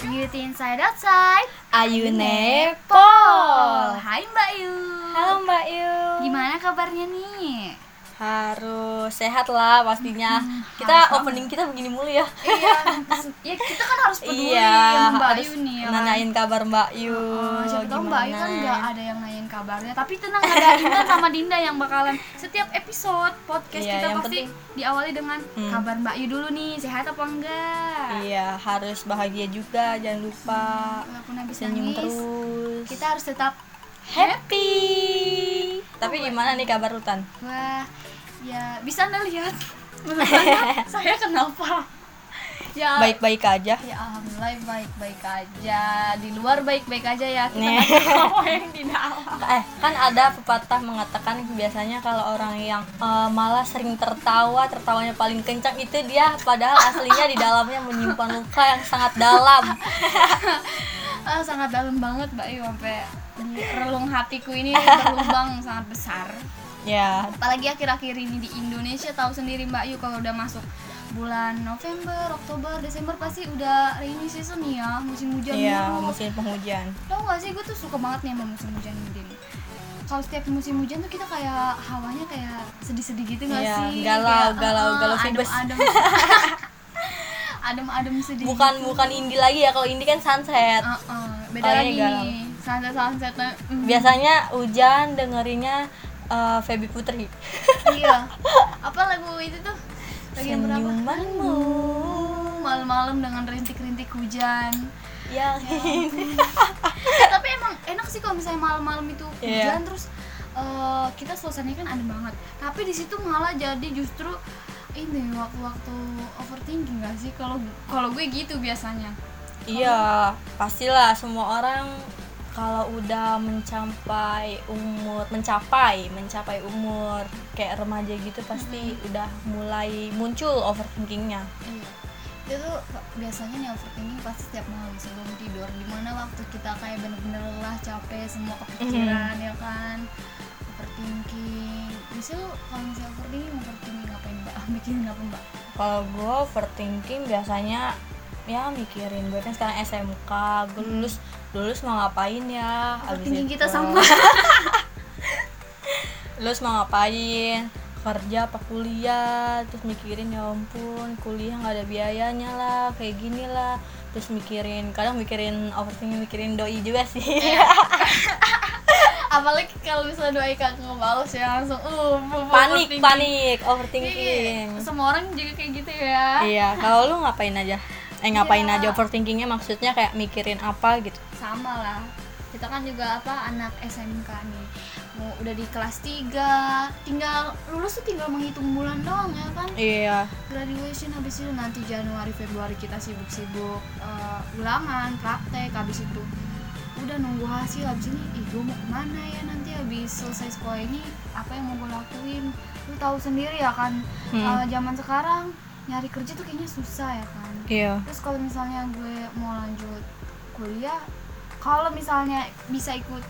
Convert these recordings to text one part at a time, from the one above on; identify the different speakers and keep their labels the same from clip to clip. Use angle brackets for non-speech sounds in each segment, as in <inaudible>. Speaker 1: beauty inside outside.
Speaker 2: Ayune
Speaker 1: Nepal.
Speaker 2: Pol.
Speaker 1: Hai Mbak Yu.
Speaker 2: Halo Mbak Yu.
Speaker 1: Gimana kabarnya nih?
Speaker 2: Harus sehat lah pastinya.
Speaker 1: Hmm,
Speaker 2: Kita opening kita begini mulu ya. Iya,
Speaker 1: Iya, <laughs> ya kita kan harus peduli sama Mbak
Speaker 2: harus
Speaker 1: Yu nih ya. kan?
Speaker 2: nanyain kabar Mbak Yu.
Speaker 1: Oh, siapa tahu Mbak Ayu kan
Speaker 2: gimana.
Speaker 1: nggak ada yang nanyain kabarnya Tapi tenang ada Intan sama Dinda yang bakalan Setiap episode podcast
Speaker 2: Iya,
Speaker 1: kita
Speaker 2: yang
Speaker 1: pasti diawali dengan
Speaker 2: Hmm.
Speaker 1: Kabar Mbak Ayu dulu nih, sehat apa enggak
Speaker 2: Iya, harus bahagia juga, jangan lupa
Speaker 1: Walaupun habis
Speaker 2: senyum
Speaker 1: nangis
Speaker 2: terus.
Speaker 1: Kita harus tetap
Speaker 2: happy. Tapi gimana nih kabar Rutan?
Speaker 1: Wah, ya bisa anda lihat <laughs> Menurut Anda, saya kenapa Ya,
Speaker 2: Baik-baik aja.
Speaker 1: ya alhamdulillah baik-baik aja Di luar baik-baik aja ya Kita
Speaker 2: Nih.
Speaker 1: nggak tahu yang di
Speaker 2: <laughs>
Speaker 1: dalam
Speaker 2: Eh, kan ada pepatah mengatakan biasanya kalau orang yang eh, malah sering tertawa, tertawanya paling kencang itu dia padahal aslinya di dalamnya menyimpan luka yang sangat dalam.
Speaker 1: Ah, sangat dalam banget Mbak Ayu sampai di relung hatiku ini berlubang sangat besar.
Speaker 2: Ya,
Speaker 1: Apalagi akhir-akhir ini di Indonesia tahu sendiri Mbak Ayu kalau udah masuk bulan November, Oktober, Desember pasti udah rainy season nih ya, musim hujan
Speaker 2: ya
Speaker 1: mulu.
Speaker 2: musim penghujan.
Speaker 1: Tau gak sih gue tuh suka banget nih sama musim hujan Din. Kalau setiap musim hujan tuh kita kayak hawanya kayak sedih-sedih gitu gak
Speaker 2: Iya,
Speaker 1: sih?
Speaker 2: galau,
Speaker 1: Kayak,
Speaker 2: galau,
Speaker 1: eh,
Speaker 2: galau vibes.
Speaker 1: Adem-adem. <laughs> adem-adem sedih.
Speaker 2: Bukan bukan indie lagi ya, kalau indie kan sunset.
Speaker 1: Eh, eh, beda
Speaker 2: Oh, iya,
Speaker 1: lagi
Speaker 2: galau.
Speaker 1: nih. Sunset-sunsetnya. mm.
Speaker 2: Biasanya hujan dengerinnya eh, Feby Putri.
Speaker 1: iya apa lagu itu tuh bagian berapa
Speaker 2: Senyumanmu
Speaker 1: malam-malam dengan rintik-rintik hujan
Speaker 2: yang
Speaker 1: Eh, tapi emang enak sih kalau misalnya malam-malam itu
Speaker 2: Iya.
Speaker 1: hujan terus eh, kita suasananya kan adem banget tapi di situ malah jadi justru ini waktu-waktu overthinking gak sih kalau kalau gue gitu biasanya
Speaker 2: Iya, pastilah semua orang kalau udah mencapai umur mencapai mencapai umur kayak remaja gitu pasti udah mulai muncul overthinkingnya.
Speaker 1: Iya. Itu tuh biasanya nih overthinking pasti setiap malam sebelum tidur Dimana waktu kita kayak bener-bener lelah, capek, semua kepikiran
Speaker 2: Mm-hmm.
Speaker 1: ya kan Overthinking Bisa lu kalau misalnya overthinking, overthinking ngapain mbak? <laughs> Bikin ngapain mbak?
Speaker 2: Kalau gue overthinking biasanya ya mikirin gue kan sekarang SMK, gue lulus lulus mau ngapain ya? abis
Speaker 1: Overthinking kita
Speaker 2: itu.
Speaker 1: sama
Speaker 2: lulus mau ngapain kerja apa kuliah terus mikirin ya ampun kuliah nggak ada biayanya lah kayak gini lah terus mikirin kadang mikirin overthinking mikirin doi juga sih
Speaker 1: Iya, <laughs> Apalagi kalau misalnya doain kakak ngebales ya langsung uh, bu-
Speaker 2: <laughs>
Speaker 1: bu-
Speaker 2: panik
Speaker 1: overthinking.
Speaker 2: panik
Speaker 1: Iya,
Speaker 2: overthinking
Speaker 1: Semua orang juga kayak gitu ya
Speaker 2: iya kalau lu ngapain aja eh ngapain
Speaker 1: Iya.
Speaker 2: aja overthinkingnya maksudnya kayak mikirin apa gitu
Speaker 1: sama lah kita kan juga apa anak SMK nih mau udah di kelas 3 tinggal lulus tuh tinggal menghitung bulan doang ya kan
Speaker 2: iya
Speaker 1: graduation habis itu nanti Januari Februari kita sibuk-sibuk eh, ulangan praktek habis itu udah nunggu hasil habis ini ih gue mau kemana ya nanti habis selesai sekolah ini apa yang mau gue lakuin lu tahu sendiri ya kan
Speaker 2: Hmm.
Speaker 1: eh, zaman sekarang nyari kerja tuh kayaknya susah ya kan
Speaker 2: iya
Speaker 1: terus kalau misalnya gue mau lanjut kuliah kalau misalnya bisa ikut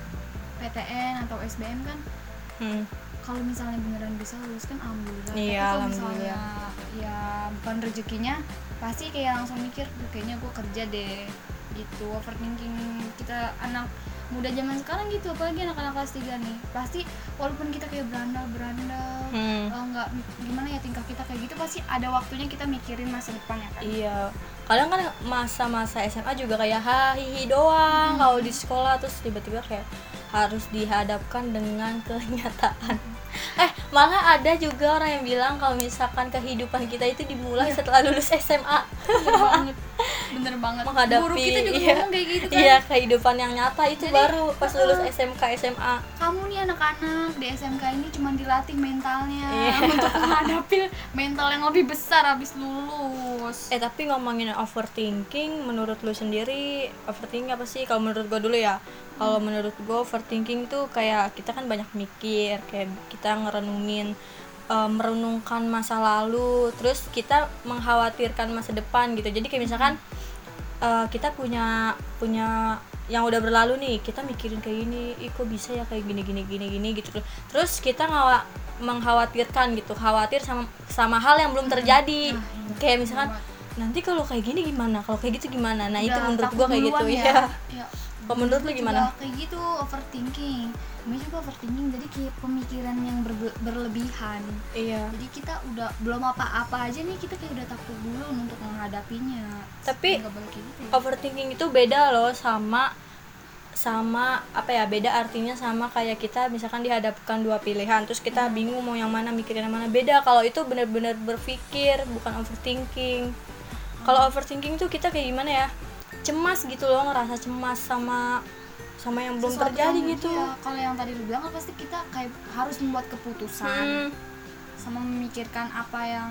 Speaker 1: PTN atau SBM kan
Speaker 2: Hmm.
Speaker 1: kalau misalnya beneran bisa lulus kan alhamdulillah Tapi
Speaker 2: Iya,
Speaker 1: kalau misalnya
Speaker 2: alhamdulillah.
Speaker 1: ya bukan rezekinya pasti kayak langsung mikir "Duh, kayaknya gue kerja deh gitu overthinking kita anak muda zaman sekarang gitu apalagi anak-anak kelas 3 nih pasti walaupun kita kayak berandal berandal
Speaker 2: Hmm.
Speaker 1: eh, nggak gimana ya tingkah kita kayak gitu pasti ada waktunya kita mikirin masa depan ya kan
Speaker 2: Iya, kadang kan masa-masa SMA juga kayak hahihi doang kalau di sekolah terus tiba-tiba kayak harus dihadapkan dengan <laughs> kenyataan. Eh, malah ada juga orang yang bilang kalau misalkan kehidupan kita itu dimulai setelah lulus SMA
Speaker 1: bener banget bener banget
Speaker 2: menghadapi
Speaker 1: guru kita juga
Speaker 2: iya,
Speaker 1: ngomong kayak gitu kan
Speaker 2: Iya, kehidupan yang nyata itu
Speaker 1: Jadi,
Speaker 2: baru pas
Speaker 1: uh-uh.
Speaker 2: lulus SMK SMA.
Speaker 1: kamu nih anak-anak di SMK ini cuma dilatih mentalnya
Speaker 2: Iya.
Speaker 1: <laughs> untuk menghadapi mental yang lebih besar habis lulus
Speaker 2: Eh, tapi ngomongin overthinking menurut lu sendiri, overthinking apa sih? Kalau menurut gua dulu ya. Kalau menurut gua overthinking tuh kayak kita kan banyak mikir, kayak kita ngerenungin eh, merenungkan masa lalu, terus kita mengkhawatirkan masa depan gitu. Jadi kayak misalkan eh, kita punya punya yang udah berlalu nih kita mikirin kayak gini ih kok bisa ya kayak gini gini gini gini gitu terus kita ngawa
Speaker 1: Hmm. Nah, iya.
Speaker 2: mengkhawatirkan gitu khawatir sama sama hal yang belum terjadi kayak misalkan nanti kalau kayak gini gimana kalau kayak gitu gimana nah itu
Speaker 1: Udah
Speaker 2: menurut
Speaker 1: takut
Speaker 2: gua kayak gitu
Speaker 1: duluan
Speaker 2: ya,
Speaker 1: ya.
Speaker 2: Kalau menurut lu
Speaker 1: Gua
Speaker 2: gimana?
Speaker 1: juga kayak gitu overthinking gue juga overthinking jadi kayak pemikiran yang berbe- berlebihan
Speaker 2: iya
Speaker 1: jadi kita udah belum apa-apa aja nih kita kayak udah takut dulu untuk menghadapinya
Speaker 2: Tapi,
Speaker 1: Nggak boleh kayak gitu ya.
Speaker 2: overthinking itu beda loh sama sama apa ya beda artinya sama kayak kita misalkan dihadapkan dua pilihan terus kita bingung mau yang mana mikirin yang mana beda kalau itu benar-benar berpikir bukan overthinking kalau overthinking tuh kita kayak gimana ya cemas gitu loh ngerasa cemas sama sama yang belum
Speaker 1: Sesuatu
Speaker 2: terjadi
Speaker 1: yang-
Speaker 2: gitu
Speaker 1: iya, kalau yang tadi lu bilang kan pasti kita kayak harus membuat
Speaker 2: Hmm,
Speaker 1: keputusan sama memikirkan apa yang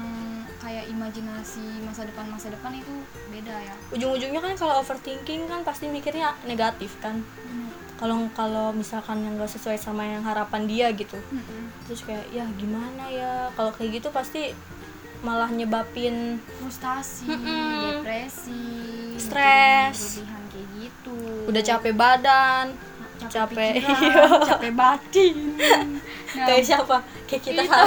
Speaker 1: kayak imajinasi masa depan masa depan itu beda ya
Speaker 2: ujung-ujungnya kan kalau overthinking kan pasti mikirnya negatif kan kalau kalau misalkan yang gak sesuai sama yang harapan dia gitu
Speaker 1: Mm-mm.
Speaker 2: terus kayak ya gimana ya kalau kayak gitu pasti malah nyebabin
Speaker 1: frustasi
Speaker 2: Mm-mm.
Speaker 1: depresi mikirin
Speaker 2: Stres.
Speaker 1: berlebihan kayak gitu Nah,
Speaker 2: udah capek badan
Speaker 1: capek,
Speaker 2: capek,
Speaker 1: pikiran,
Speaker 2: <laughs> iya.
Speaker 1: capek batin nah,
Speaker 2: kayak siapa kayak kita
Speaker 1: Iya.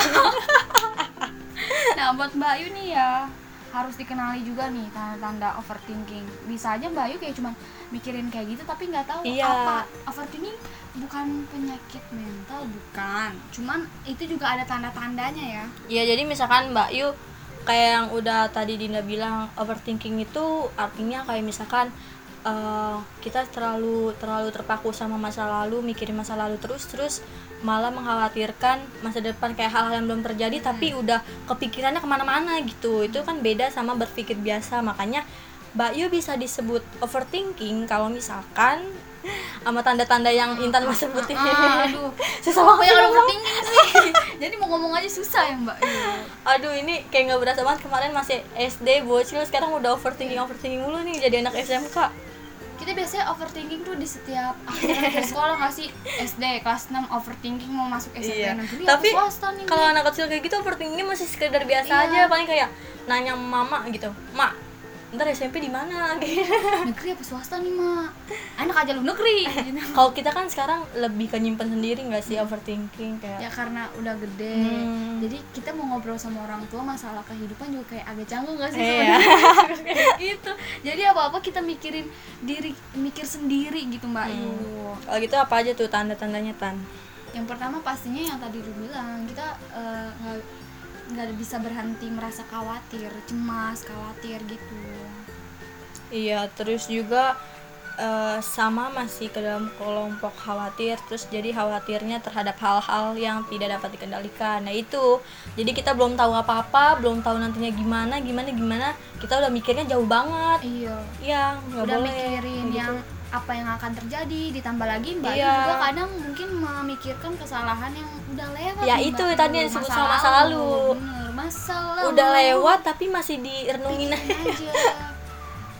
Speaker 1: nah, buat Mbak Ayu nih ya harus dikenali juga nih tanda-tanda overthinking bisa aja Mbak Ayu kayak cuman mikirin kayak gitu tapi nggak tahu
Speaker 2: Iya.
Speaker 1: apa overthinking bukan penyakit mental bukan cuman itu juga ada tanda-tandanya ya
Speaker 2: ya jadi misalkan Mbak Yu kayak yang udah tadi Dinda bilang overthinking itu artinya kayak misalkan eh, kita terlalu terlalu terpaku sama masa lalu mikirin masa lalu terus terus malah mengkhawatirkan masa depan kayak hal-hal yang belum terjadi
Speaker 1: Hmm.
Speaker 2: tapi udah kepikirannya kemana-mana gitu itu kan beda sama berpikir biasa makanya Mbak Yu bisa disebut overthinking kalau misalkan <laughs> sama tanda-tanda yang Intan mau sebutin <laughs>
Speaker 1: Ah, aduh
Speaker 2: susah banget
Speaker 1: aku yang
Speaker 2: sih ngomong.
Speaker 1: overthinking sih <laughs> jadi mau ngomong aja susah ya Mbak Ayu
Speaker 2: Aduh ini kayak nggak berasa banget kemarin masih SD bocil sekarang udah overthinking overthinking mulu nih jadi anak SMK.
Speaker 1: kita biasanya overthinking tuh di setiap akhir sekolah nggak sih SD kelas 6 overthinking mau masuk SMP negeri
Speaker 2: Iya. Tapi
Speaker 1: atau swasta nih
Speaker 2: kalau anak kecil kayak gitu overthinkingnya masih sekedar biasa aja
Speaker 1: Iya.
Speaker 2: paling kayak nanya mama gitu, mak ntar SMP di mana <laughs> gitu.
Speaker 1: Eh, negeri apa swasta nih Mak anak aja lu negeri gitu.
Speaker 2: kalau kita kan sekarang lebih ke nyimpen sendiri nggak sih overthinking
Speaker 1: ya
Speaker 2: kayak.
Speaker 1: karena udah gede
Speaker 2: Hmm.
Speaker 1: jadi kita mau ngobrol sama orang tua masalah kehidupan juga kayak agak canggung gak sih
Speaker 2: Iya.
Speaker 1: sebenarnya? Kayak <laughs> gitu jadi apa apa kita mikirin diri mikir sendiri gitu
Speaker 2: Hmm.
Speaker 1: mbak Yu
Speaker 2: Kalau gitu apa aja tuh tanda-tandanya tan?
Speaker 1: yang pertama pastinya yang tadi lu bilang kita eh, nggak nggak bisa berhenti merasa khawatir cemas khawatir gitu
Speaker 2: Iya, terus juga eh, sama masih ke dalam kelompok khawatir, terus jadi khawatirnya terhadap hal-hal yang tidak dapat dikendalikan. Nah, itu. Jadi kita belum tahu apa-apa, belum tahu nantinya gimana, gimana gimana, kita udah mikirnya jauh banget.
Speaker 1: iya
Speaker 2: Iya, nggak
Speaker 1: udah
Speaker 2: boleh.
Speaker 1: mikirin
Speaker 2: Kayak gitu.
Speaker 1: yang apa yang akan terjadi ditambah lagi mbak Yu
Speaker 2: Iya.
Speaker 1: juga kadang mungkin memikirkan kesalahan yang udah lewat
Speaker 2: Ya,
Speaker 1: nih,
Speaker 2: itu
Speaker 1: Mbak
Speaker 2: tadi
Speaker 1: Yu.
Speaker 2: yang disebut sama masa lalu.
Speaker 1: Bener, masa
Speaker 2: gitu.
Speaker 1: lalu
Speaker 2: udah lewat tapi masih direnungin.
Speaker 1: Pikirin aja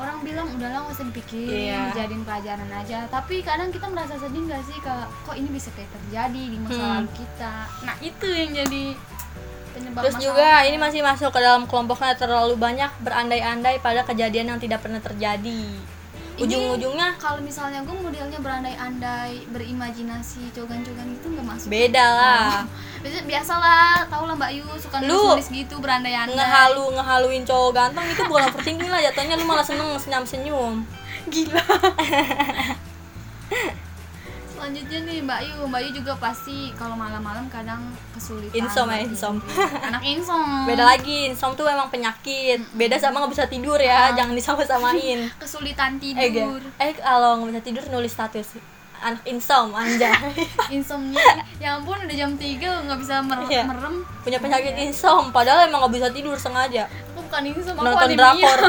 Speaker 1: orang bilang udahlah nggak usah dipikirin
Speaker 2: Iya.
Speaker 1: jadiin pelajaran aja tapi kadang kita merasa sedih nggak sih kalau kok ini bisa kayak terjadi di masa
Speaker 2: Hmm.
Speaker 1: lalu kita nah itu yang jadi penyebab
Speaker 2: Gitu. Terus
Speaker 1: masalah.
Speaker 2: juga ini masih masuk ke dalam kelompoknya terlalu banyak berandai-andai pada kejadian yang tidak pernah terjadi.
Speaker 1: Ini
Speaker 2: Ujung-ujungnya
Speaker 1: kalau misalnya gue modelnya berandai-andai berimajinasi cogan-cogan gitu nggak masuk Nah,
Speaker 2: beda lah.
Speaker 1: Biasa- biasalah tau lah mbak Yu suka
Speaker 2: Lu
Speaker 1: nulis, gitu berandai-andai
Speaker 2: ngehalu ngehaluin cowok ganteng itu bukan overthinking lah jatuhnya lu malah seneng senyum senyum
Speaker 1: gila selanjutnya nih Mbak Yu Mbak Yu juga pasti kalau malam-malam kadang kesulitan
Speaker 2: Insom ya,
Speaker 1: buat
Speaker 2: insom.
Speaker 1: tidur. anak insom
Speaker 2: beda lagi insom tuh emang penyakit beda sama nggak bisa tidur ya jangan disama-samain
Speaker 1: <laughs>
Speaker 2: eh
Speaker 1: kesulitan
Speaker 2: ge-
Speaker 1: Ah. tidur
Speaker 2: eh kalau nggak bisa tidur nulis status anak insom anjay <laughs>
Speaker 1: insomnia ya ampun udah jam 3 nggak bisa mer-
Speaker 2: Iya.
Speaker 1: merem
Speaker 2: punya penyakit insom padahal emang nggak bisa tidur sengaja
Speaker 1: aku bukan insom aku
Speaker 2: nonton
Speaker 1: anemia.
Speaker 2: drakor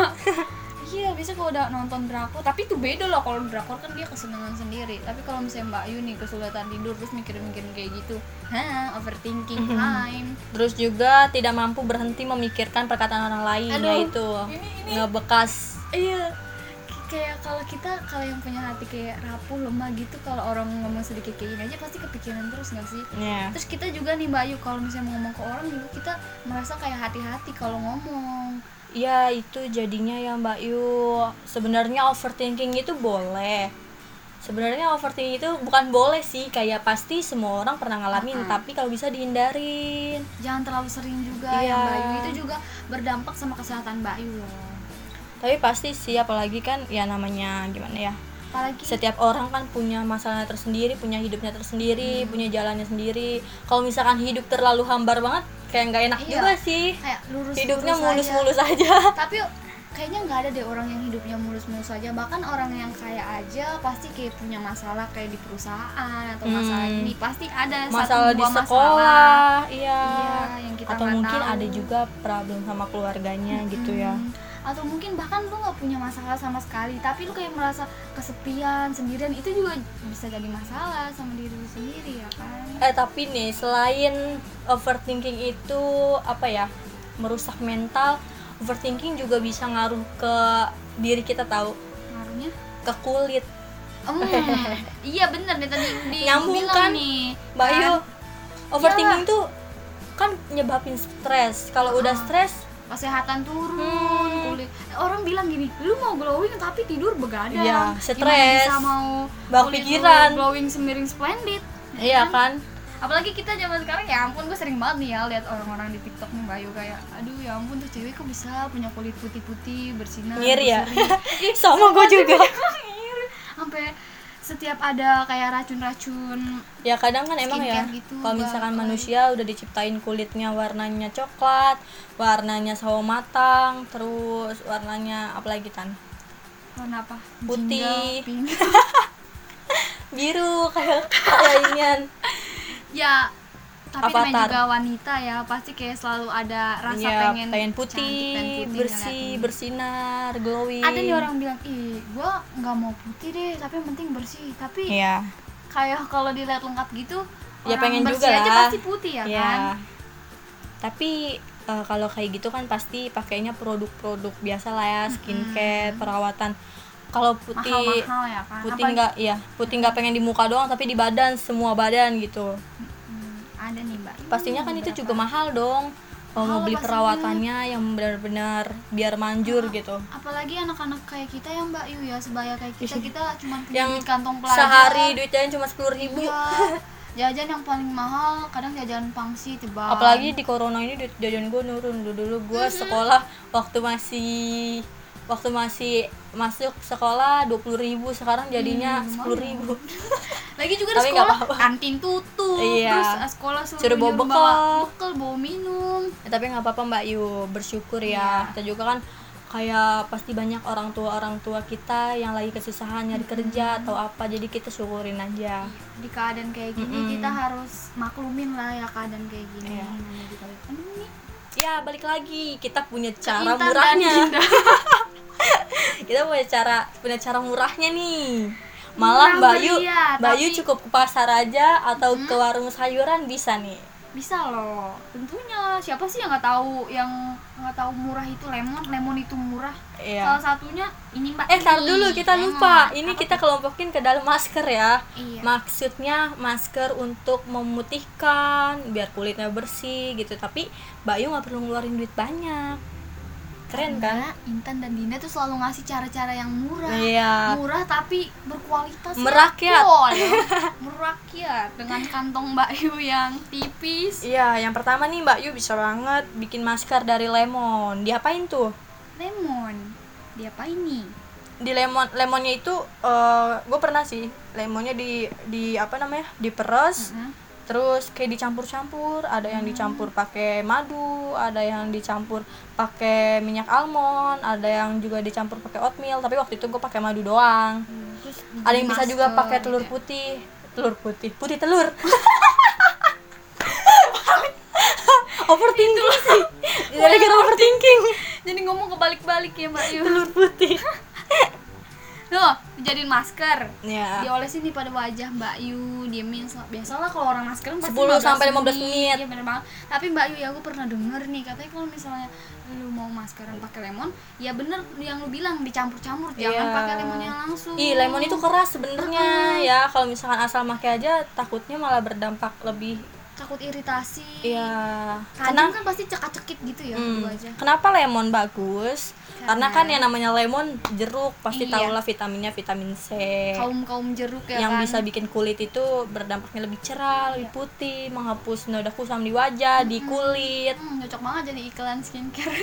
Speaker 1: <laughs> iya biasa kalau udah nonton drakor tapi itu beda loh kalau drakor kan dia kesenangan sendiri tapi kalau misalnya Mbak Yu nih kesulitan tidur terus mikir-mikirin kayak gitu ha overthinking
Speaker 2: Mm-hmm.
Speaker 1: time
Speaker 2: terus juga tidak mampu berhenti memikirkan perkataan orang lain
Speaker 1: Aduh,
Speaker 2: yaitu
Speaker 1: ini- ini.
Speaker 2: ngebekas
Speaker 1: iya K- kayak kalau kita kalau yang punya hati kayak rapuh lemah gitu kalau orang ngomong sedikit kayak gini aja pasti kepikiran terus nggak sih
Speaker 2: ya
Speaker 1: terus kita juga nih Mbak Ayu kalau misalnya mau ngomong ke orang juga kita merasa kayak hati-hati kalau ngomong
Speaker 2: Ya itu jadinya ya Mbak Yu Sebenarnya overthinking itu boleh Sebenarnya overthinking itu bukan boleh sih Kayak pasti semua orang pernah ngalamin
Speaker 1: Mm-mm.
Speaker 2: Tapi kalau bisa dihindarin
Speaker 1: jangan terlalu sering juga
Speaker 2: Iya.
Speaker 1: yang Mbak Ayu itu juga berdampak sama kesehatan Mbak Ayu loh
Speaker 2: tapi pasti sih apalagi kan ya namanya gimana ya
Speaker 1: apalagi
Speaker 2: setiap orang kan punya masalahnya tersendiri punya hidupnya
Speaker 1: Mm.
Speaker 2: tersendiri punya jalannya sendiri kalau misalkan hidup terlalu hambar banget kayak nggak enak
Speaker 1: Iya.
Speaker 2: juga sih
Speaker 1: kayak lurus
Speaker 2: hidupnya
Speaker 1: lurus aja.
Speaker 2: mulus-mulus aja
Speaker 1: tapi kayaknya nggak ada deh orang yang hidupnya mulus-mulus aja bahkan orang yang kaya aja pasti kayak punya masalah kayak di perusahaan atau masalah
Speaker 2: Hmm.
Speaker 1: ini pasti ada satu
Speaker 2: masalah di
Speaker 1: dua masalah.
Speaker 2: sekolah iya
Speaker 1: Iya, yang kita
Speaker 2: atau
Speaker 1: nggak
Speaker 2: mungkin
Speaker 1: tahu.
Speaker 2: ada juga problem sama keluarganya gitu ya
Speaker 1: Hmm. atau mungkin bahkan lu nggak punya masalah sama sekali tapi lu kayak merasa kesepian sendirian itu juga bisa jadi masalah sama diri lu sendiri ya kan
Speaker 2: eh tapi nih selain overthinking itu apa ya merusak mental overthinking juga bisa ngaruh ke diri kita tahu
Speaker 1: pengaruhnya
Speaker 2: ke kulit <laughs>
Speaker 1: Hmm, iya bener nih tadi di
Speaker 2: Nyambung
Speaker 1: bilang
Speaker 2: kan,
Speaker 1: nih
Speaker 2: Bayu
Speaker 1: kan,
Speaker 2: overthinking tuh kan nyebabin stres kalau
Speaker 1: Ah.
Speaker 2: udah stres
Speaker 1: kesehatan turun
Speaker 2: Hmm.
Speaker 1: kulit orang bilang gini lu mau glowing tapi tidur begadang
Speaker 2: Iya,
Speaker 1: Gimana
Speaker 2: stres.
Speaker 1: bisa mau
Speaker 2: Bak
Speaker 1: kulit lu
Speaker 2: pikiran.
Speaker 1: glowing semiring splendid
Speaker 2: iya kan
Speaker 1: apalagi kita zaman sekarang ya ampun gue sering banget nih ya lihat orang-orang di tiktok nih bayu kayak aduh ya ampun tuh cewek kok bisa punya kulit putih-putih bersinar
Speaker 2: ngiri ya
Speaker 1: berseri."
Speaker 2: <laughs> sama gue juga
Speaker 1: Ngiri. sampai setiap ada kayak racun-racun
Speaker 2: ya kadang kan emang ya
Speaker 1: Skincare gitu,
Speaker 2: kalau misalkan
Speaker 1: bakal.
Speaker 2: manusia udah diciptain kulitnya warnanya coklat warnanya sawo matang terus warnanya apalagi tan
Speaker 1: warna apa
Speaker 2: Putih.
Speaker 1: Jingga, pink. <laughs>
Speaker 2: biru <laughs> kayak kayak inian
Speaker 1: ya tapi namanya
Speaker 2: Avatar.
Speaker 1: juga wanita ya pasti kayak selalu ada rasa
Speaker 2: Iya,
Speaker 1: pengen
Speaker 2: putih,
Speaker 1: cantik, pengen putih
Speaker 2: bersih
Speaker 1: ngeliatin.
Speaker 2: bersinar glowing
Speaker 1: ada nih orang bilang ih gue nggak mau putih deh tapi yang penting bersih tapi
Speaker 2: Iya.
Speaker 1: kayak kalau dilihat lengkap gitu
Speaker 2: Ya,
Speaker 1: orang
Speaker 2: pengen
Speaker 1: bersih
Speaker 2: juga
Speaker 1: aja
Speaker 2: lah.
Speaker 1: pasti putih ya
Speaker 2: Iya.
Speaker 1: kan
Speaker 2: tapi eh, kalau kayak gitu kan pasti pakainya produk-produk biasa lah ya skincare perawatan kalau putih
Speaker 1: mahal-mahal ya kan
Speaker 2: putih
Speaker 1: Apalagi-
Speaker 2: nggak iya putih nggak pengen di muka doang tapi di badan semua badan gitu
Speaker 1: Hmm, ada nih mbak
Speaker 2: pastinya kan itu juga mahal dong kalau mau
Speaker 1: Mahal
Speaker 2: beli
Speaker 1: pastinya. Iya.
Speaker 2: perawatannya yang benar-benar biar manjur gitu
Speaker 1: apalagi anak-anak kayak kita ya mbak Yu ya sebaya kayak kita kita cuma punya
Speaker 2: Yang
Speaker 1: duit kantong
Speaker 2: <laughs>
Speaker 1: pelajar
Speaker 2: sehari duitnya cuma sepuluh ribu
Speaker 1: Iya. jajan yang paling mahal kadang jajan pangsi tiba
Speaker 2: apalagi di corona ini duit jajan gue nurun dulu dulu gue sekolah waktu masih waktu masih masuk sekolah dua puluh ribu sekarang jadinya sepuluh ribu
Speaker 1: lagi juga
Speaker 2: Tapi
Speaker 1: di
Speaker 2: nggak
Speaker 1: sekolah
Speaker 2: apa-apa.
Speaker 1: kantin tutup
Speaker 2: Iya.
Speaker 1: terus eh, sekolah suruh
Speaker 2: Suruh bawa
Speaker 1: nyuruh
Speaker 2: bekal.
Speaker 1: bawa bekal bawa minum
Speaker 2: Ya, tapi nggak apa-apa mbak Yu bersyukur ya kita juga kan kayak pasti banyak orang tua orang tua kita yang lagi kesusahan nyari kerja atau apa jadi kita syukurin aja
Speaker 1: di keadaan kayak gini
Speaker 2: Mm-mm.
Speaker 1: kita harus maklumin lah ya keadaan kayak gini
Speaker 2: Iya.
Speaker 1: Namanya juga pandemi.
Speaker 2: ya balik lagi kita punya cara
Speaker 1: Intan dan
Speaker 2: murahnya
Speaker 1: Dinda.
Speaker 2: <laughs> kita punya cara punya cara murahnya nih malah
Speaker 1: Murah
Speaker 2: Mbak Yu
Speaker 1: meriah,
Speaker 2: Mbak Yu
Speaker 1: tapi-
Speaker 2: cukup ke pasar aja atau ke warung sayuran bisa nih
Speaker 1: bisa loh tentunya siapa sih yang nggak tahu yang nggak tahu murah itu lemon lemon itu murah
Speaker 2: iya
Speaker 1: salah satunya ini mbak
Speaker 2: eh tar
Speaker 1: Ini,
Speaker 2: dulu kita
Speaker 1: lemon.
Speaker 2: lupa ini
Speaker 1: Apa
Speaker 2: kita kelompokin ke dalam masker ya
Speaker 1: Iya.
Speaker 2: maksudnya masker untuk memutihkan biar kulitnya bersih gitu tapi Mbak Yu nggak perlu ngeluarin duit banyak keren kan
Speaker 1: Karena Intan dan Dinda tuh selalu ngasih cara-cara yang murah
Speaker 2: iya
Speaker 1: murah tapi berkualitas
Speaker 2: Merakyat.
Speaker 1: ya. Wow,
Speaker 2: <laughs>
Speaker 1: merakyat dengan kantong Mbak Yu yang tipis
Speaker 2: Iya, yang pertama nih Mbak Yu bisa banget bikin masker dari lemon. Diapain tuh?
Speaker 1: lemon dia apa ini
Speaker 2: Di lemon lemonnya itu gue pernah sih lemonnya di di apa namanya diperes
Speaker 1: Hmm?
Speaker 2: terus kayak dicampur-campur ada yang dicampur pakai madu ada yang dicampur pakai minyak almond ada yang juga dicampur pakai oatmeal tapi waktu itu gue pakai madu doang
Speaker 1: Hmm, terus
Speaker 2: ada yang bisa
Speaker 1: masker
Speaker 2: juga pakai
Speaker 1: gitu
Speaker 2: telur
Speaker 1: ya.
Speaker 2: putih telur putih putih telur overthinking sih gara-gara overthinking
Speaker 1: jadi ngomong kebalik-balik ya Mbak Yu
Speaker 2: telur putih
Speaker 1: loh dijadiin masker
Speaker 2: ya
Speaker 1: diolesin nih pada wajah Mbak Yu diemin sel- biasalah kalau orang maskeran pasti
Speaker 2: 10 sampai 15 menit.
Speaker 1: Iya bener banget tapi Mbak Yu ya aku pernah denger nih katanya kalau misalnya lu mau maskeran pakai lemon ya bener yang lu bilang dicampur-campur
Speaker 2: Iya.
Speaker 1: jangan pakai lemonnya langsung
Speaker 2: Ih, lemon itu keras sebenarnya ya. Kalau misalkan asal pakai aja takutnya malah berdampak lebih
Speaker 1: takut iritasi
Speaker 2: ya
Speaker 1: kadang kan pasti cekak-cekit gitu ya
Speaker 2: Hmm,
Speaker 1: di wajah
Speaker 2: Kenapa lemon bagus? Karena,
Speaker 1: Karena-
Speaker 2: kan yang namanya lemon jeruk pasti
Speaker 1: Iya.
Speaker 2: tahu lah vitaminnya vitamin C.
Speaker 1: kaum kaum jeruk ya
Speaker 2: yang
Speaker 1: kan Iya.
Speaker 2: bisa bikin kulit itu berdampaknya lebih cerah, lebih putih, menghapus noda kusam di wajah, di kulit.
Speaker 1: Hmm, cocok banget jadi iklan skincare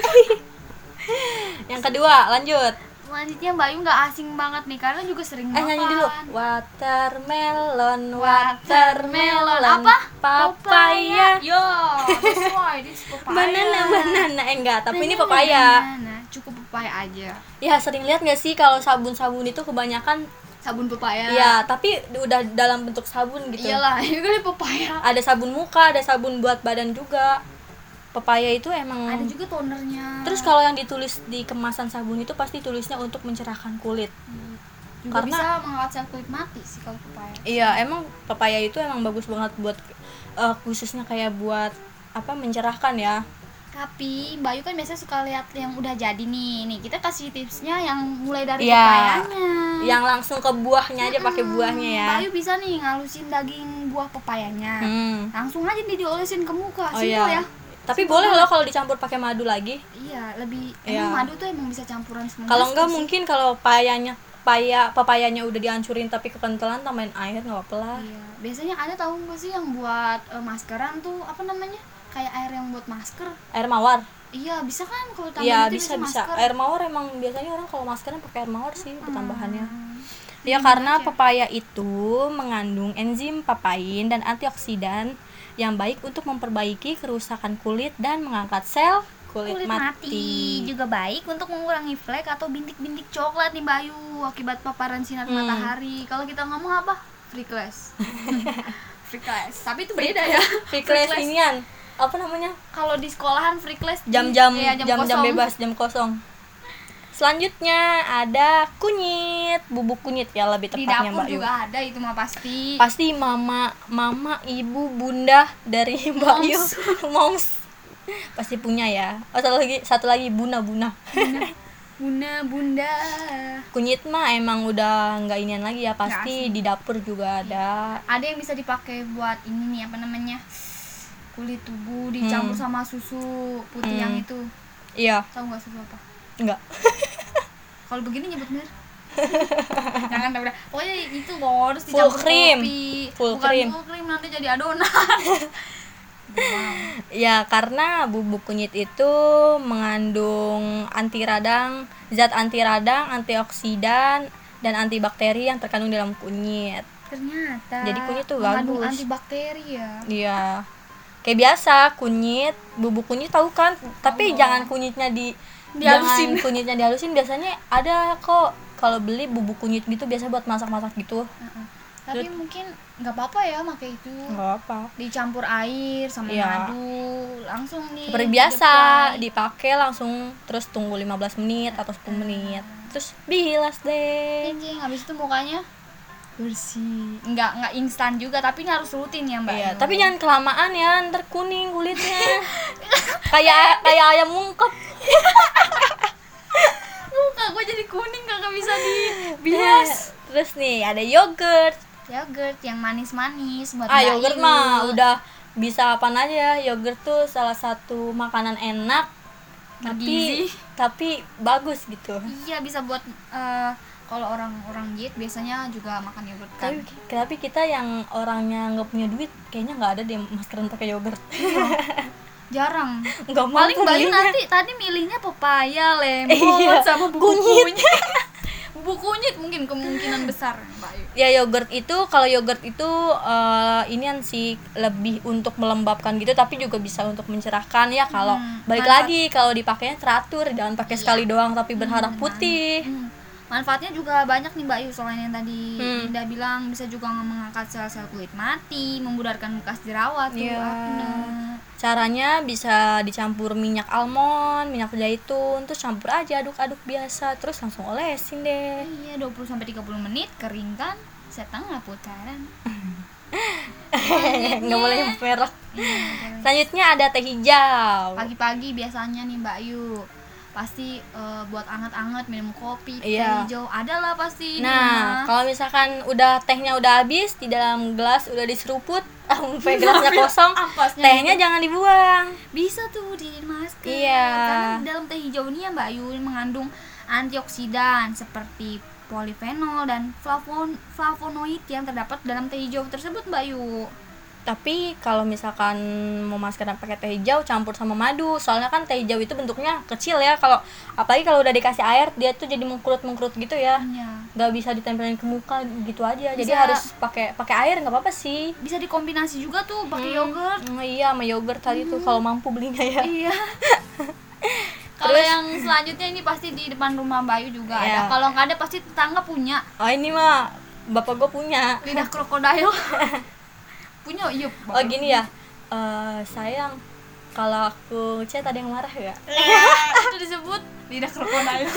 Speaker 2: yang kedua lanjut
Speaker 3: <laughs> Selanjutnya Mbak Ayu nggak asing banget nih karena juga sering
Speaker 2: eh nyanyi dulu
Speaker 3: makan.
Speaker 2: watermelon watermelon
Speaker 3: Watermelon apa?
Speaker 2: papaya
Speaker 3: Yo, that's why this papaya.
Speaker 2: banana banana eh enggak tapi ini papaya
Speaker 3: Banana. Cukup papaya aja.
Speaker 2: ya sering lihat nggak sih kalau sabun-sabun itu kebanyakan
Speaker 1: sabun pepaya
Speaker 2: ya tapi udah dalam bentuk sabun gitu
Speaker 3: Iyalah, <laughs> itu kan papaya.
Speaker 2: ada sabun muka ada sabun buat badan juga pepaya itu emang
Speaker 1: ada juga tonernya
Speaker 2: Hmm. terus kalau yang ditulis di kemasan sabun itu pasti tulisnya untuk mencerahkan kulit
Speaker 1: juga
Speaker 2: karena-
Speaker 1: bisa mengawet sel kulit mati sih kalau pepaya
Speaker 2: iya emang pepaya itu emang bagus banget buat eh, khususnya kayak buat apa mencerahkan ya
Speaker 1: tapi Mbak Ayu kan biasanya suka lihat yang udah jadi nih nih kita kasih tipsnya yang mulai dari
Speaker 2: Iya.
Speaker 1: pepayanya
Speaker 2: yang langsung ke buahnya aja pakai buahnya ya
Speaker 1: Mbak Ayu bisa nih ngalusin daging buah pepayanya
Speaker 2: Hmm.
Speaker 1: langsung aja dia diolesin ke muka
Speaker 2: oh
Speaker 1: simpel
Speaker 2: iya
Speaker 1: ya
Speaker 2: tapi boleh loh kalau dicampur pakai madu lagi
Speaker 1: iya lebih
Speaker 2: Iya.
Speaker 1: emang madu tuh emang bisa campuran semua Iya.
Speaker 2: kalau enggak
Speaker 1: sih.
Speaker 2: mungkin kalau payanya paya papayanya udah dihancurin tapi kekentelan tambahin air nggak apa-apa lah
Speaker 1: iya biasanya ada tahu nggak sih yang buat eh, maskeran tuh apa namanya kayak air yang buat masker
Speaker 2: air mawar
Speaker 1: iya bisa kan kalau tambahin
Speaker 2: Iya
Speaker 1: itu
Speaker 2: bisa
Speaker 1: biasanya
Speaker 2: bisa.
Speaker 1: masker
Speaker 2: Air mawar emang biasanya orang kalau maskeran pakai air mawar sih pertambahannya. Ya karena pepaya itu mengandung enzim papain dan antioksidan yang baik untuk memperbaiki kerusakan kulit dan mengangkat sel kulit,
Speaker 1: kulit mati.
Speaker 2: mati.
Speaker 1: juga baik untuk mengurangi flek atau bintik-bintik coklat nih Bayu akibat paparan sinar
Speaker 2: Hmm.
Speaker 1: matahari. Kalau kita ngomong apa?
Speaker 2: <laughs>
Speaker 1: Freakless. freakless. Tapi itu beda ya.
Speaker 2: Freakless inian apa namanya?
Speaker 1: Kalau di sekolahan freakless di-
Speaker 2: Jam-jam
Speaker 1: iya,
Speaker 2: jam-jam
Speaker 1: kosong.
Speaker 2: bebas, jam kosong. Selanjutnya ada kunyit, bubuk kunyit ya lebih
Speaker 1: Di
Speaker 2: tepatnya
Speaker 1: dapur
Speaker 2: Mbak Yu.
Speaker 1: juga ada itu mah pasti.
Speaker 2: pasti mama mama ibu bunda dari <laughs> mbak Yu <laughs> moms pasti punya ya oh satu lagi satu lagi buna buna
Speaker 1: Bunda, bunda.
Speaker 2: <laughs> kunyit mah emang udah nggak inian lagi ya pasti di dapur
Speaker 1: Iya.
Speaker 2: juga ada
Speaker 1: Ada yang bisa dipakai buat ini nih apa namanya? kulit tubuh dicampur
Speaker 2: Hmm.
Speaker 1: sama susu putih
Speaker 2: Hmm.
Speaker 1: yang itu.
Speaker 2: iya
Speaker 1: Tahu nggak susu apa?
Speaker 2: nggak
Speaker 1: Kalau begini nyebut bener Jangan udah. Pokoknya itu bos harus
Speaker 2: Full
Speaker 1: dicampur
Speaker 2: cream.
Speaker 1: kopi.
Speaker 2: Full
Speaker 1: Bukan
Speaker 2: cream.
Speaker 1: full cream nanti jadi adonan. <laughs>
Speaker 2: ya karena bubuk kunyit itu mengandung anti radang zat anti radang antioksidan dan antibakteri yang terkandung dalam kunyit
Speaker 1: Ternyata.
Speaker 2: Jadi kunyit tuh
Speaker 1: mengandung
Speaker 2: bagus.
Speaker 1: antibakteri ya.
Speaker 2: Iya. Kayak biasa kunyit, bubuk kunyit tahu kan? Tapi jangan kunyitnya di jangan
Speaker 1: Dihalusin.
Speaker 2: kunyitnya dihalusin biasanya ada kok kalau beli bubuk kunyit gitu biasa buat masak-masak gitu.
Speaker 1: Tapi mungkin nggak apa-apa ya pakai itu.
Speaker 2: Enggak apa.
Speaker 1: Dicampur air sama
Speaker 2: Iya.
Speaker 1: madu langsung nih.
Speaker 2: Seperti biasa dipakai langsung terus tunggu 15 menit atau 10 menit. Terus bilas deh.
Speaker 1: Anjing, Iya, habis itu mukanya bersih. Nggak nggak instan juga, tapi ini harus rutin ya, Mbak.
Speaker 2: Iya,
Speaker 1: Ayu.
Speaker 2: tapi jangan kelamaan ya, ntar kuning
Speaker 1: <laughs>
Speaker 2: kulitnya. kayak kayak ayam mungkep.
Speaker 1: muka gue jadi kuning kagak bisa di
Speaker 2: <laughs>
Speaker 1: Iya.
Speaker 2: Bias. Terus nih ada yogurt.
Speaker 1: yogurt yang manis-manis buat
Speaker 2: Ah
Speaker 1: Mbak
Speaker 2: yogurt
Speaker 1: Ayu.
Speaker 2: mah udah bisa apa aja yogurt tuh salah satu makanan enak tapi
Speaker 1: Bergizi.
Speaker 2: tapi bagus gitu
Speaker 1: Iya bisa buat eh, kalau orang-orang diet biasanya juga makan yogurt kan.
Speaker 2: tapi, tapi kita yang orangnya nggak punya duit kayaknya nggak ada deh maskeran pakai yogurt <laughs>
Speaker 1: Jarang.
Speaker 2: nggak mau
Speaker 1: Paling Bayu
Speaker 2: belinya.
Speaker 1: nanti tadi milihnya pepaya, lemon
Speaker 2: ya. <laughs> Iya,
Speaker 1: sama buku
Speaker 2: kunyit. <laughs>
Speaker 1: kunyit. buku kunyit mungkin kemungkinan besar Bayu.
Speaker 2: ya yogurt itu kalau yogurt itu eh, inian sih lebih untuk melembabkan gitu tapi juga bisa untuk mencerahkan ya kalau
Speaker 1: Hmm,
Speaker 2: balik
Speaker 1: mantap.
Speaker 2: lagi kalau dipakainya teratur jangan pakai sekali doang tapi berharap putih
Speaker 1: Hmm. Manfaatnya juga banyak nih Bayu selain yang tadi
Speaker 2: Hmm.
Speaker 1: Dinda bilang bisa juga mengangkat sel-sel kulit mati, membudarkan bekas jerawat tuh,
Speaker 2: Iya.
Speaker 1: acne.
Speaker 2: Caranya bisa dicampur minyak almond, minyak zaitun, terus campur aja aduk-aduk biasa, terus langsung olesin deh.
Speaker 1: Iya, 20 sampai 30 menit keringkan setengah putaran.
Speaker 2: <laughs> Nggak boleh
Speaker 1: ya.
Speaker 2: merek.
Speaker 1: Iya,
Speaker 2: Selanjutnya ada teh hijau.
Speaker 1: pagi-pagi biasanya nih Mbak Yu pasti eh, buat anget-anget minum kopi
Speaker 2: Iya.
Speaker 1: teh hijau ada lah pasti di
Speaker 2: Nah,
Speaker 1: rumah.
Speaker 2: kalau misalkan udah tehnya udah habis di dalam gelas udah diseruput, <laughs> ah, sampai gitu. gelasnya kosong,
Speaker 1: ampasnya
Speaker 2: tehnya jangan dibuang.
Speaker 1: bisa tuh di masker
Speaker 2: Iya.
Speaker 1: karena di dalam teh hijau ini ya Mbak Yu ini mengandung antioksidan seperti polifenol dan flavon flavonoid yang terdapat dalam teh hijau tersebut Mbak Yu
Speaker 2: tapi kalau misalkan memasukkan pakai teh hijau campur sama madu soalnya kan teh hijau itu bentuknya kecil ya kalau apalagi kalau udah dikasih air dia tuh jadi mengkerut mengkerut gitu ya
Speaker 1: Iya.
Speaker 2: nggak bisa ditempelin ke muka gitu aja jadi
Speaker 1: Bisa.
Speaker 2: harus pakai pakai air nggak apa apa sih
Speaker 1: Bisa dikombinasi juga tuh pakai
Speaker 2: Hmm, <laughs>
Speaker 1: yogurt.
Speaker 2: hmm, iya sama yogurt tadi tuh kalau mampu belinya ya
Speaker 1: Iya.
Speaker 3: Kalau yang selanjutnya ini pasti di depan rumah Bayu juga
Speaker 2: Iya.
Speaker 3: ada. Kalau nggak ada pasti tetangga punya
Speaker 2: oh ini mah bapak gue punya
Speaker 3: lidah krokodil. <laughs> punya iya. Bapak.
Speaker 2: oh gini ya Eh sayang kalau aku chat ada yang marah ya
Speaker 3: Eh, itu disebut lidah krokodil.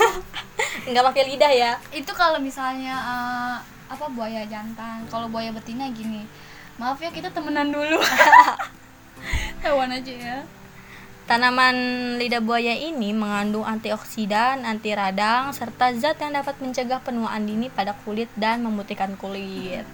Speaker 2: nggak pakai lidah ya
Speaker 1: <laughs> Itu kalau misalnya eh, apa buaya jantan. Kalau buaya betina gini. Maaf ya kita temenan
Speaker 3: <laughs>
Speaker 1: dulu. Hewan aja ya.
Speaker 2: Tanaman lidah buaya ini mengandung antioksidan, anti radang, serta zat yang dapat mencegah penuaan dini pada kulit dan memutihkan kulit.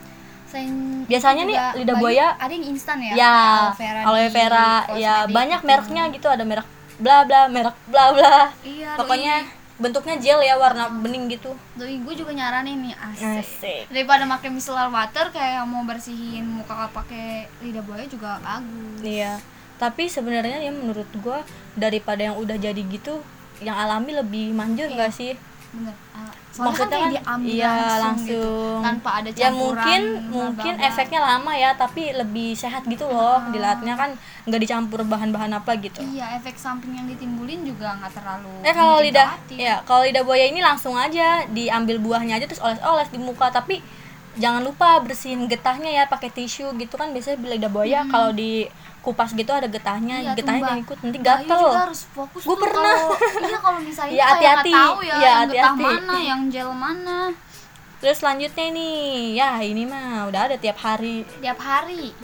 Speaker 1: Selain
Speaker 2: Biasanya
Speaker 1: itu
Speaker 2: nih,
Speaker 1: juga
Speaker 2: lidah
Speaker 1: Bayu
Speaker 2: buaya-
Speaker 1: ada yang instan ya.
Speaker 2: Ya,
Speaker 1: Aloe vera
Speaker 2: aloe
Speaker 1: di
Speaker 2: vera, ya
Speaker 1: kosmetik
Speaker 2: banyak
Speaker 1: gitu.
Speaker 2: mereknya gitu, ada merek bla bla, merek bla bla.
Speaker 1: Iya,
Speaker 2: Pokoknya bentuknya gel ya, warna bening gitu.
Speaker 1: Doi gue juga nyaranin nih asik.
Speaker 2: Asik.
Speaker 1: Daripada pakai micellar water kayak mau bersihin muka pakai lidah buaya juga bagus.
Speaker 2: Iya. Tapi sebenarnya ya menurut gua daripada yang udah jadi gitu, yang alami lebih manjur enggak sih?
Speaker 1: Bener. Ah, Iya. Soalnya
Speaker 2: Maksudnya
Speaker 1: kan kayak
Speaker 2: kan-
Speaker 1: diambil
Speaker 2: iya,
Speaker 1: langsung, gitu,
Speaker 2: langsung.
Speaker 1: tanpa ada campuran.
Speaker 2: ya mungkin
Speaker 1: bla,
Speaker 2: mungkin
Speaker 1: bla, Ah. bla.
Speaker 2: efeknya lama ya tapi lebih sehat gitu loh dilihatnya kan nggak dicampur bahan-bahan apa gitu
Speaker 1: Iya, efek samping yang ditimbulin juga nggak terlalu.
Speaker 2: eh kalau
Speaker 1: bikin
Speaker 2: lidah
Speaker 1: Iya, khawatir.
Speaker 2: ya kalau lidah buaya ini langsung aja diambil buahnya aja terus oles-oles di muka tapi jangan lupa bersihin getahnya ya pakai tisu gitu kan biasanya bila lidah buaya kalau dikupas gitu ada getahnya
Speaker 1: Hmm. Iya,
Speaker 2: getahnya
Speaker 1: tuh, Mbak.
Speaker 2: jangan ikut nanti
Speaker 1: Bayu
Speaker 2: gatel
Speaker 1: juga harus fokus
Speaker 2: Gua
Speaker 1: tuh
Speaker 2: pernah.
Speaker 1: kalau- iya kalau
Speaker 2: <laughs>
Speaker 1: misalnya
Speaker 2: Iya,
Speaker 1: kayak nggak
Speaker 2: hati-hati.
Speaker 1: tahu ya,
Speaker 2: Iya,
Speaker 1: yang getah
Speaker 2: hati-hati.
Speaker 1: mana, yang gel mana.
Speaker 2: terus selanjutnya nih ya ini mah udah ada tiap hari
Speaker 1: Tiap hari.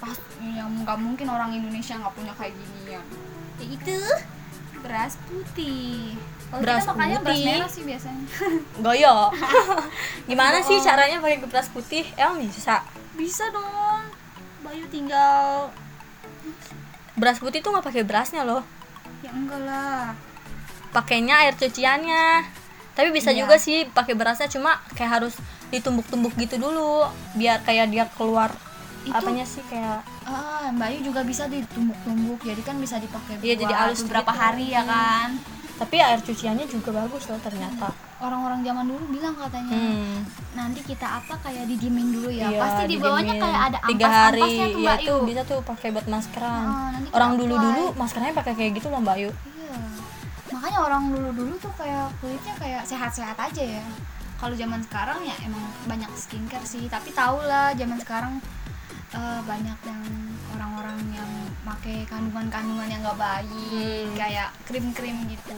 Speaker 3: Pas ya nggak mungkin orang Indonesia nggak punya kayak ginian.
Speaker 1: Ya itu
Speaker 3: Beras putih. Kalau
Speaker 2: Beras
Speaker 3: kita makannya beras
Speaker 2: putih.
Speaker 3: merah sih biasanya.
Speaker 2: goyo <laughs> gimana
Speaker 1: Oh.
Speaker 2: sih caranya pakai beras putih emang <laughs> bisa
Speaker 3: Bisa dong. Bayu tinggal
Speaker 2: beras putih tuh nggak pakai berasnya loh
Speaker 3: ya enggak lah.
Speaker 2: pakainya air cuciannya tapi bisa
Speaker 3: Iya.
Speaker 2: juga sih pakai berasnya cuma kayak harus ditumbuk-tumbuk gitu dulu biar kayak dia keluar
Speaker 1: Itu-
Speaker 2: apanya sih kayak
Speaker 1: Ah, Mbak Ayu juga bisa ditumbuk-tumbuk, jadi kan bisa dipakai
Speaker 2: Iya,
Speaker 1: buat
Speaker 2: jadi halus
Speaker 1: beberapa
Speaker 2: gitu.
Speaker 1: hari ya kan.
Speaker 2: tapi air cuciannya juga bagus loh ternyata
Speaker 1: Orang-orang zaman dulu bilang katanya,
Speaker 2: hmm.
Speaker 1: nanti kita apa kayak didiemin dulu ya.
Speaker 2: Iya,
Speaker 1: Pasti di bawahnya
Speaker 2: didiemin.
Speaker 1: kayak ada
Speaker 2: tiga hari
Speaker 1: ampas-ampasnya tuh
Speaker 2: iya
Speaker 1: Mbak Ayu.
Speaker 2: tuh bisa tuh pakai buat maskeran
Speaker 1: Nah, nanti kita
Speaker 2: orang
Speaker 1: apply.
Speaker 2: dulu dulu maskernya pakai kayak gitu loh mbak Ayu
Speaker 1: Iya. Makanya orang dulu-dulu tuh kayak kulitnya kayak sehat-sehat aja ya. Kalau zaman sekarang ya emang banyak skincare sih, tapi tau lah zaman sekarang eh, banyak yang orang-orang yang pakai kandungan-kandungan yang gak
Speaker 2: Hmm.
Speaker 1: baik, kayak krim-krim gitu.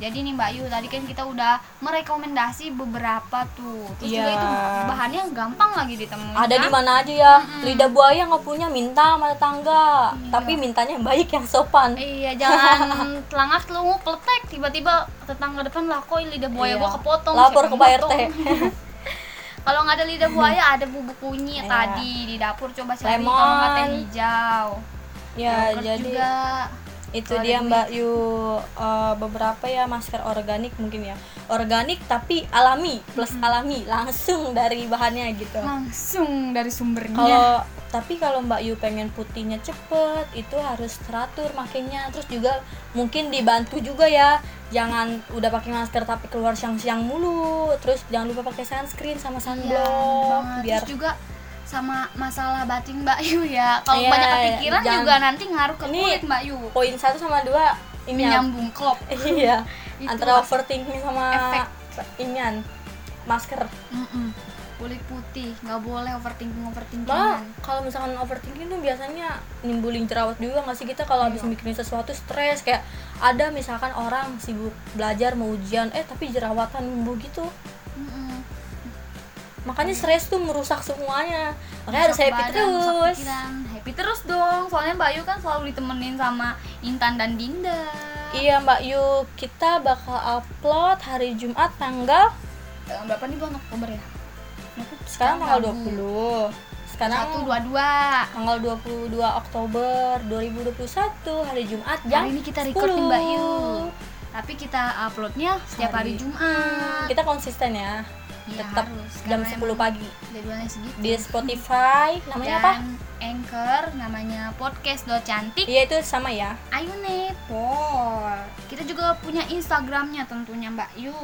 Speaker 1: Jadi nih Mbak Yu, tadi kan kita udah merekomendasi beberapa tuh. Terus juga
Speaker 2: Iya.
Speaker 1: itu bahannya gampang lagi ditemukan.
Speaker 2: ada di mana aja ya lidah buaya nggak punya minta sama tetangga tapi mintanya yang baik yang sopan
Speaker 3: Iya, jangan telangak lu peletek tiba-tiba tetangga depan lah kok lidah buaya
Speaker 2: Iya.
Speaker 3: gua kepotong.
Speaker 2: lapor
Speaker 3: siapa yang
Speaker 2: ke Pak
Speaker 3: motong?"
Speaker 2: RT
Speaker 3: Kalau nggak ada lidah buaya ada bubuk kunyit
Speaker 2: Iya.
Speaker 3: tadi di dapur coba cari kalau nggak teh
Speaker 2: Lemon.
Speaker 3: hijau.
Speaker 2: <laughs> ya
Speaker 3: Yogurt
Speaker 2: jadi
Speaker 3: juga. ya.
Speaker 2: itu dia Mbak Yu eh, beberapa ya masker organik mungkin ya organik tapi alami plus alami langsung dari bahannya gitu
Speaker 3: Nah,
Speaker 1: langsung dari sumbernya.
Speaker 2: kalau tapi kalau Mbak Yu pengen putihnya cepet itu harus teratur makainya terus juga mungkin dibantu juga ya jangan udah pakai masker tapi keluar siang-siang mulu terus jangan lupa pakai sunscreen sama
Speaker 1: Iya,
Speaker 2: sunblock
Speaker 1: banget.
Speaker 2: biar
Speaker 1: Terus juga sama masalah batin Mbak Yu ya. Kalau
Speaker 2: Iya,
Speaker 1: banyak kepikiran
Speaker 2: jangan-
Speaker 1: juga nanti ngaruh ke
Speaker 2: Ini-
Speaker 1: kulit Mbak Yu.
Speaker 2: poin satu sama dua ini ya,
Speaker 1: Menyambung klop.
Speaker 2: <laughs> iya
Speaker 1: Itu
Speaker 2: antara
Speaker 1: lah.
Speaker 2: overthinking sama
Speaker 1: Efek.
Speaker 2: inian masker
Speaker 1: Mm-mm. Kulit putih, nggak boleh overthinking
Speaker 2: malah
Speaker 1: overthinkingan.
Speaker 2: kalau misalkan overthinking tuh biasanya nimbulin jerawat juga nggak sih kita kalau
Speaker 1: Iya.
Speaker 2: habis mikirin sesuatu stres kayak ada misalkan orang sibuk belajar mau ujian eh tapi jerawatan numbuh gitu
Speaker 1: Mm-mm.
Speaker 2: makanya stres tuh merusak semuanya makanya harus
Speaker 1: Rusak
Speaker 2: happy
Speaker 1: Iya. badan, rusak
Speaker 2: terus
Speaker 1: pikiran.
Speaker 3: Happy terus dong, soalnya Mbak Yu kan selalu ditemenin sama Intan dan Dinda.
Speaker 2: iya mbak Yu kita bakal upload hari Jumat tanggal
Speaker 1: Eh, Berapa nih bulan Oktober ya?
Speaker 2: sekarang tanggal
Speaker 1: Rabu.
Speaker 2: 20 sekarang
Speaker 1: Satu dua dua.
Speaker 2: tanggal 22 Oktober 2021 hari Jumat jam
Speaker 1: Hari ini kita record nih, Mbak Yu.
Speaker 2: 10.
Speaker 1: Tapi kita uploadnya setiap hari,
Speaker 2: Hari-
Speaker 1: Jumat.
Speaker 2: kita konsisten ya
Speaker 1: Iya,
Speaker 2: tetap
Speaker 1: harus,
Speaker 2: jam
Speaker 1: karena
Speaker 2: 10
Speaker 1: emang-
Speaker 2: pagi
Speaker 1: jadwalnya segitu
Speaker 2: di Spotify Iya. namanya apa?
Speaker 1: dan anchor namanya podcast do cantik
Speaker 2: Iya itu sama ya.
Speaker 1: Ayu Nepor. Kita juga punya Instagramnya tentunya Mbak Yu.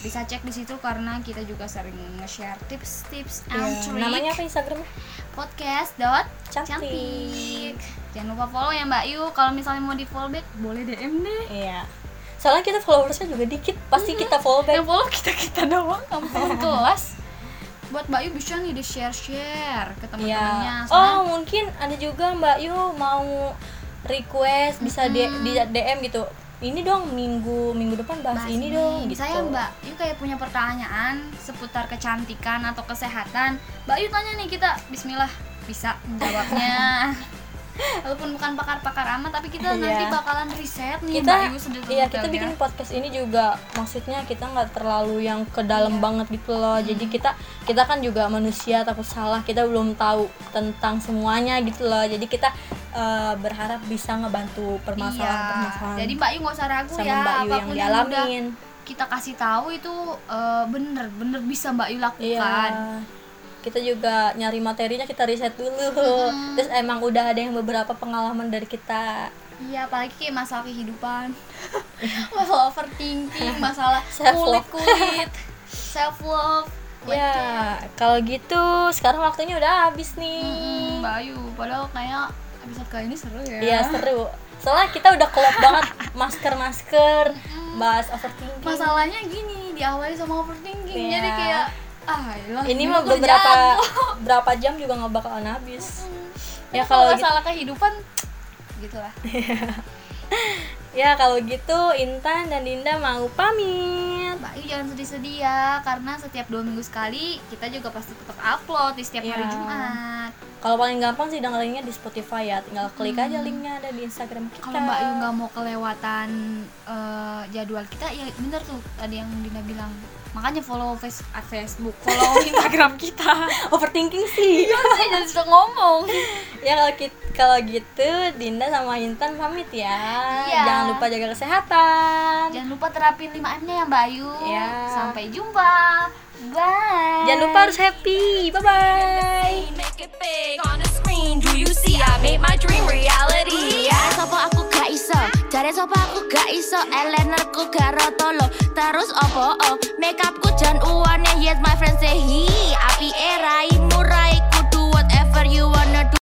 Speaker 1: Bisa cek di situ karena kita juga sering nge-share tips-tips and
Speaker 2: Iya,
Speaker 1: trick
Speaker 2: Namanya apa Instagramnya?
Speaker 1: podcast dot
Speaker 2: Cantik.
Speaker 1: cantik. Jangan lupa follow ya Mbak Yu. Kalau misalnya mau di follow back boleh DM deh.
Speaker 2: Iya. Soalnya kita followersnya juga dikit, pasti kita follow back.
Speaker 1: Yang follow kita kita doang, kamu kelas. Buat Mbak Yu bisa nih di share-share ke teman-temannya.
Speaker 2: Iya.
Speaker 1: Soalnya-
Speaker 2: Oh mungkin ada juga Mbak Yu mau request bisa di, di DM gitu. Ini dong minggu minggu depan bahas,
Speaker 1: Bahas
Speaker 2: ini dong. Gitu.
Speaker 1: Saya Mbak Yu kayak punya pertanyaan seputar kecantikan atau kesehatan. Mbak Yu tanya nih kita Bismillah bisa
Speaker 2: <laughs>
Speaker 1: menjawabnya. Walaupun bukan pakar-pakar amat, tapi kita nanti
Speaker 2: Iya.
Speaker 1: bakalan riset
Speaker 2: kita
Speaker 1: nih Mbak Yu sedetil
Speaker 2: iya kita
Speaker 1: ya.
Speaker 2: bikin podcast ini juga maksudnya kita nggak terlalu yang ke dalam
Speaker 1: Iya.
Speaker 2: banget gitu loh
Speaker 1: Hmm.
Speaker 2: jadi kita kita kan juga manusia takut salah kita belum tahu tentang semuanya gitu loh jadi kita eh, berharap bisa ngebantu permasalahan permasalahan
Speaker 1: Iya. Jadi Mbak Yu nggak usah ragu
Speaker 2: sama
Speaker 1: ya,
Speaker 2: Mbak Yu yang
Speaker 1: apapun yang, udah
Speaker 2: dialamin
Speaker 1: kita kasih tahu itu eh, bener bener bisa Mbak Yu
Speaker 2: iya
Speaker 1: lakukan.
Speaker 2: kita juga nyari materinya kita riset dulu
Speaker 1: Hmm.
Speaker 2: terus emang udah ada yang beberapa pengalaman dari kita
Speaker 1: Iya, apalagi kayak
Speaker 2: <laughs>
Speaker 1: masalah kehidupan, masalah overthinking, masalah
Speaker 2: Self-love.
Speaker 1: kulit-kulit, self love.
Speaker 2: ya kalau gitu sekarang waktunya udah habis nih
Speaker 1: Hmm. Mbak Ayu, padahal kayak episode kali ini seru ya.
Speaker 2: Iya seru. Soalnya kita udah kelop banget masker-masker,
Speaker 1: Hmm.
Speaker 2: bahas overthinking.
Speaker 1: Masalahnya gini, diawali sama overthinking,
Speaker 2: Iya.
Speaker 1: jadi kayak ah, yalah,
Speaker 2: ini
Speaker 1: dulu
Speaker 2: mah
Speaker 1: kerjaan
Speaker 2: beberapa
Speaker 1: lo.
Speaker 2: <laughs> berapa jam juga nggak bakalan habis. Ya
Speaker 1: Tapi Hmm. kalau
Speaker 2: kalau gitu,
Speaker 1: masalah kehidupan gitu lah.
Speaker 2: ya kalau gitu Intan dan Dinda mau pamit.
Speaker 1: Mbak Ayu jangan sedih-sedih ya, karena setiap dua minggu sekali kita juga pasti tetap upload di setiap hari
Speaker 2: Iya.
Speaker 1: Jumat.
Speaker 2: Kalau paling gampang sih dengerinnya di Spotify ya. Tinggal klik aja linknya ada di Instagram kita.
Speaker 1: Hmm. Kalau Mbak Ayu nggak mau kelewatan eh, jadwal kita, ya bener tuh tadi yang Dina bilang. Makanya follow face- ah, Facebook, follow Instagram <laughs> kita.
Speaker 2: overthinking sih.
Speaker 1: Saya jadi suka ngomong.
Speaker 2: ya kalau kit- kalau gitu Dinda sama Intan pamit ya.
Speaker 1: Iya.
Speaker 2: Jangan lupa jaga kesehatan.
Speaker 1: Jangan lupa terapin 5M-nya ya Mbak Ayu.
Speaker 2: Iya.
Speaker 1: Sampai jumpa. Bye.
Speaker 2: Jangan lupa harus happy. Bye bye.
Speaker 4: Make it big on the screen. Do you see? I made my dream reality.
Speaker 5: Dari sopo aku gak iso Dari sopo aku gak iso Elenerku gak rotolo Terus opo oh Makeupku jan uwane Yes my friend say hi Api era murah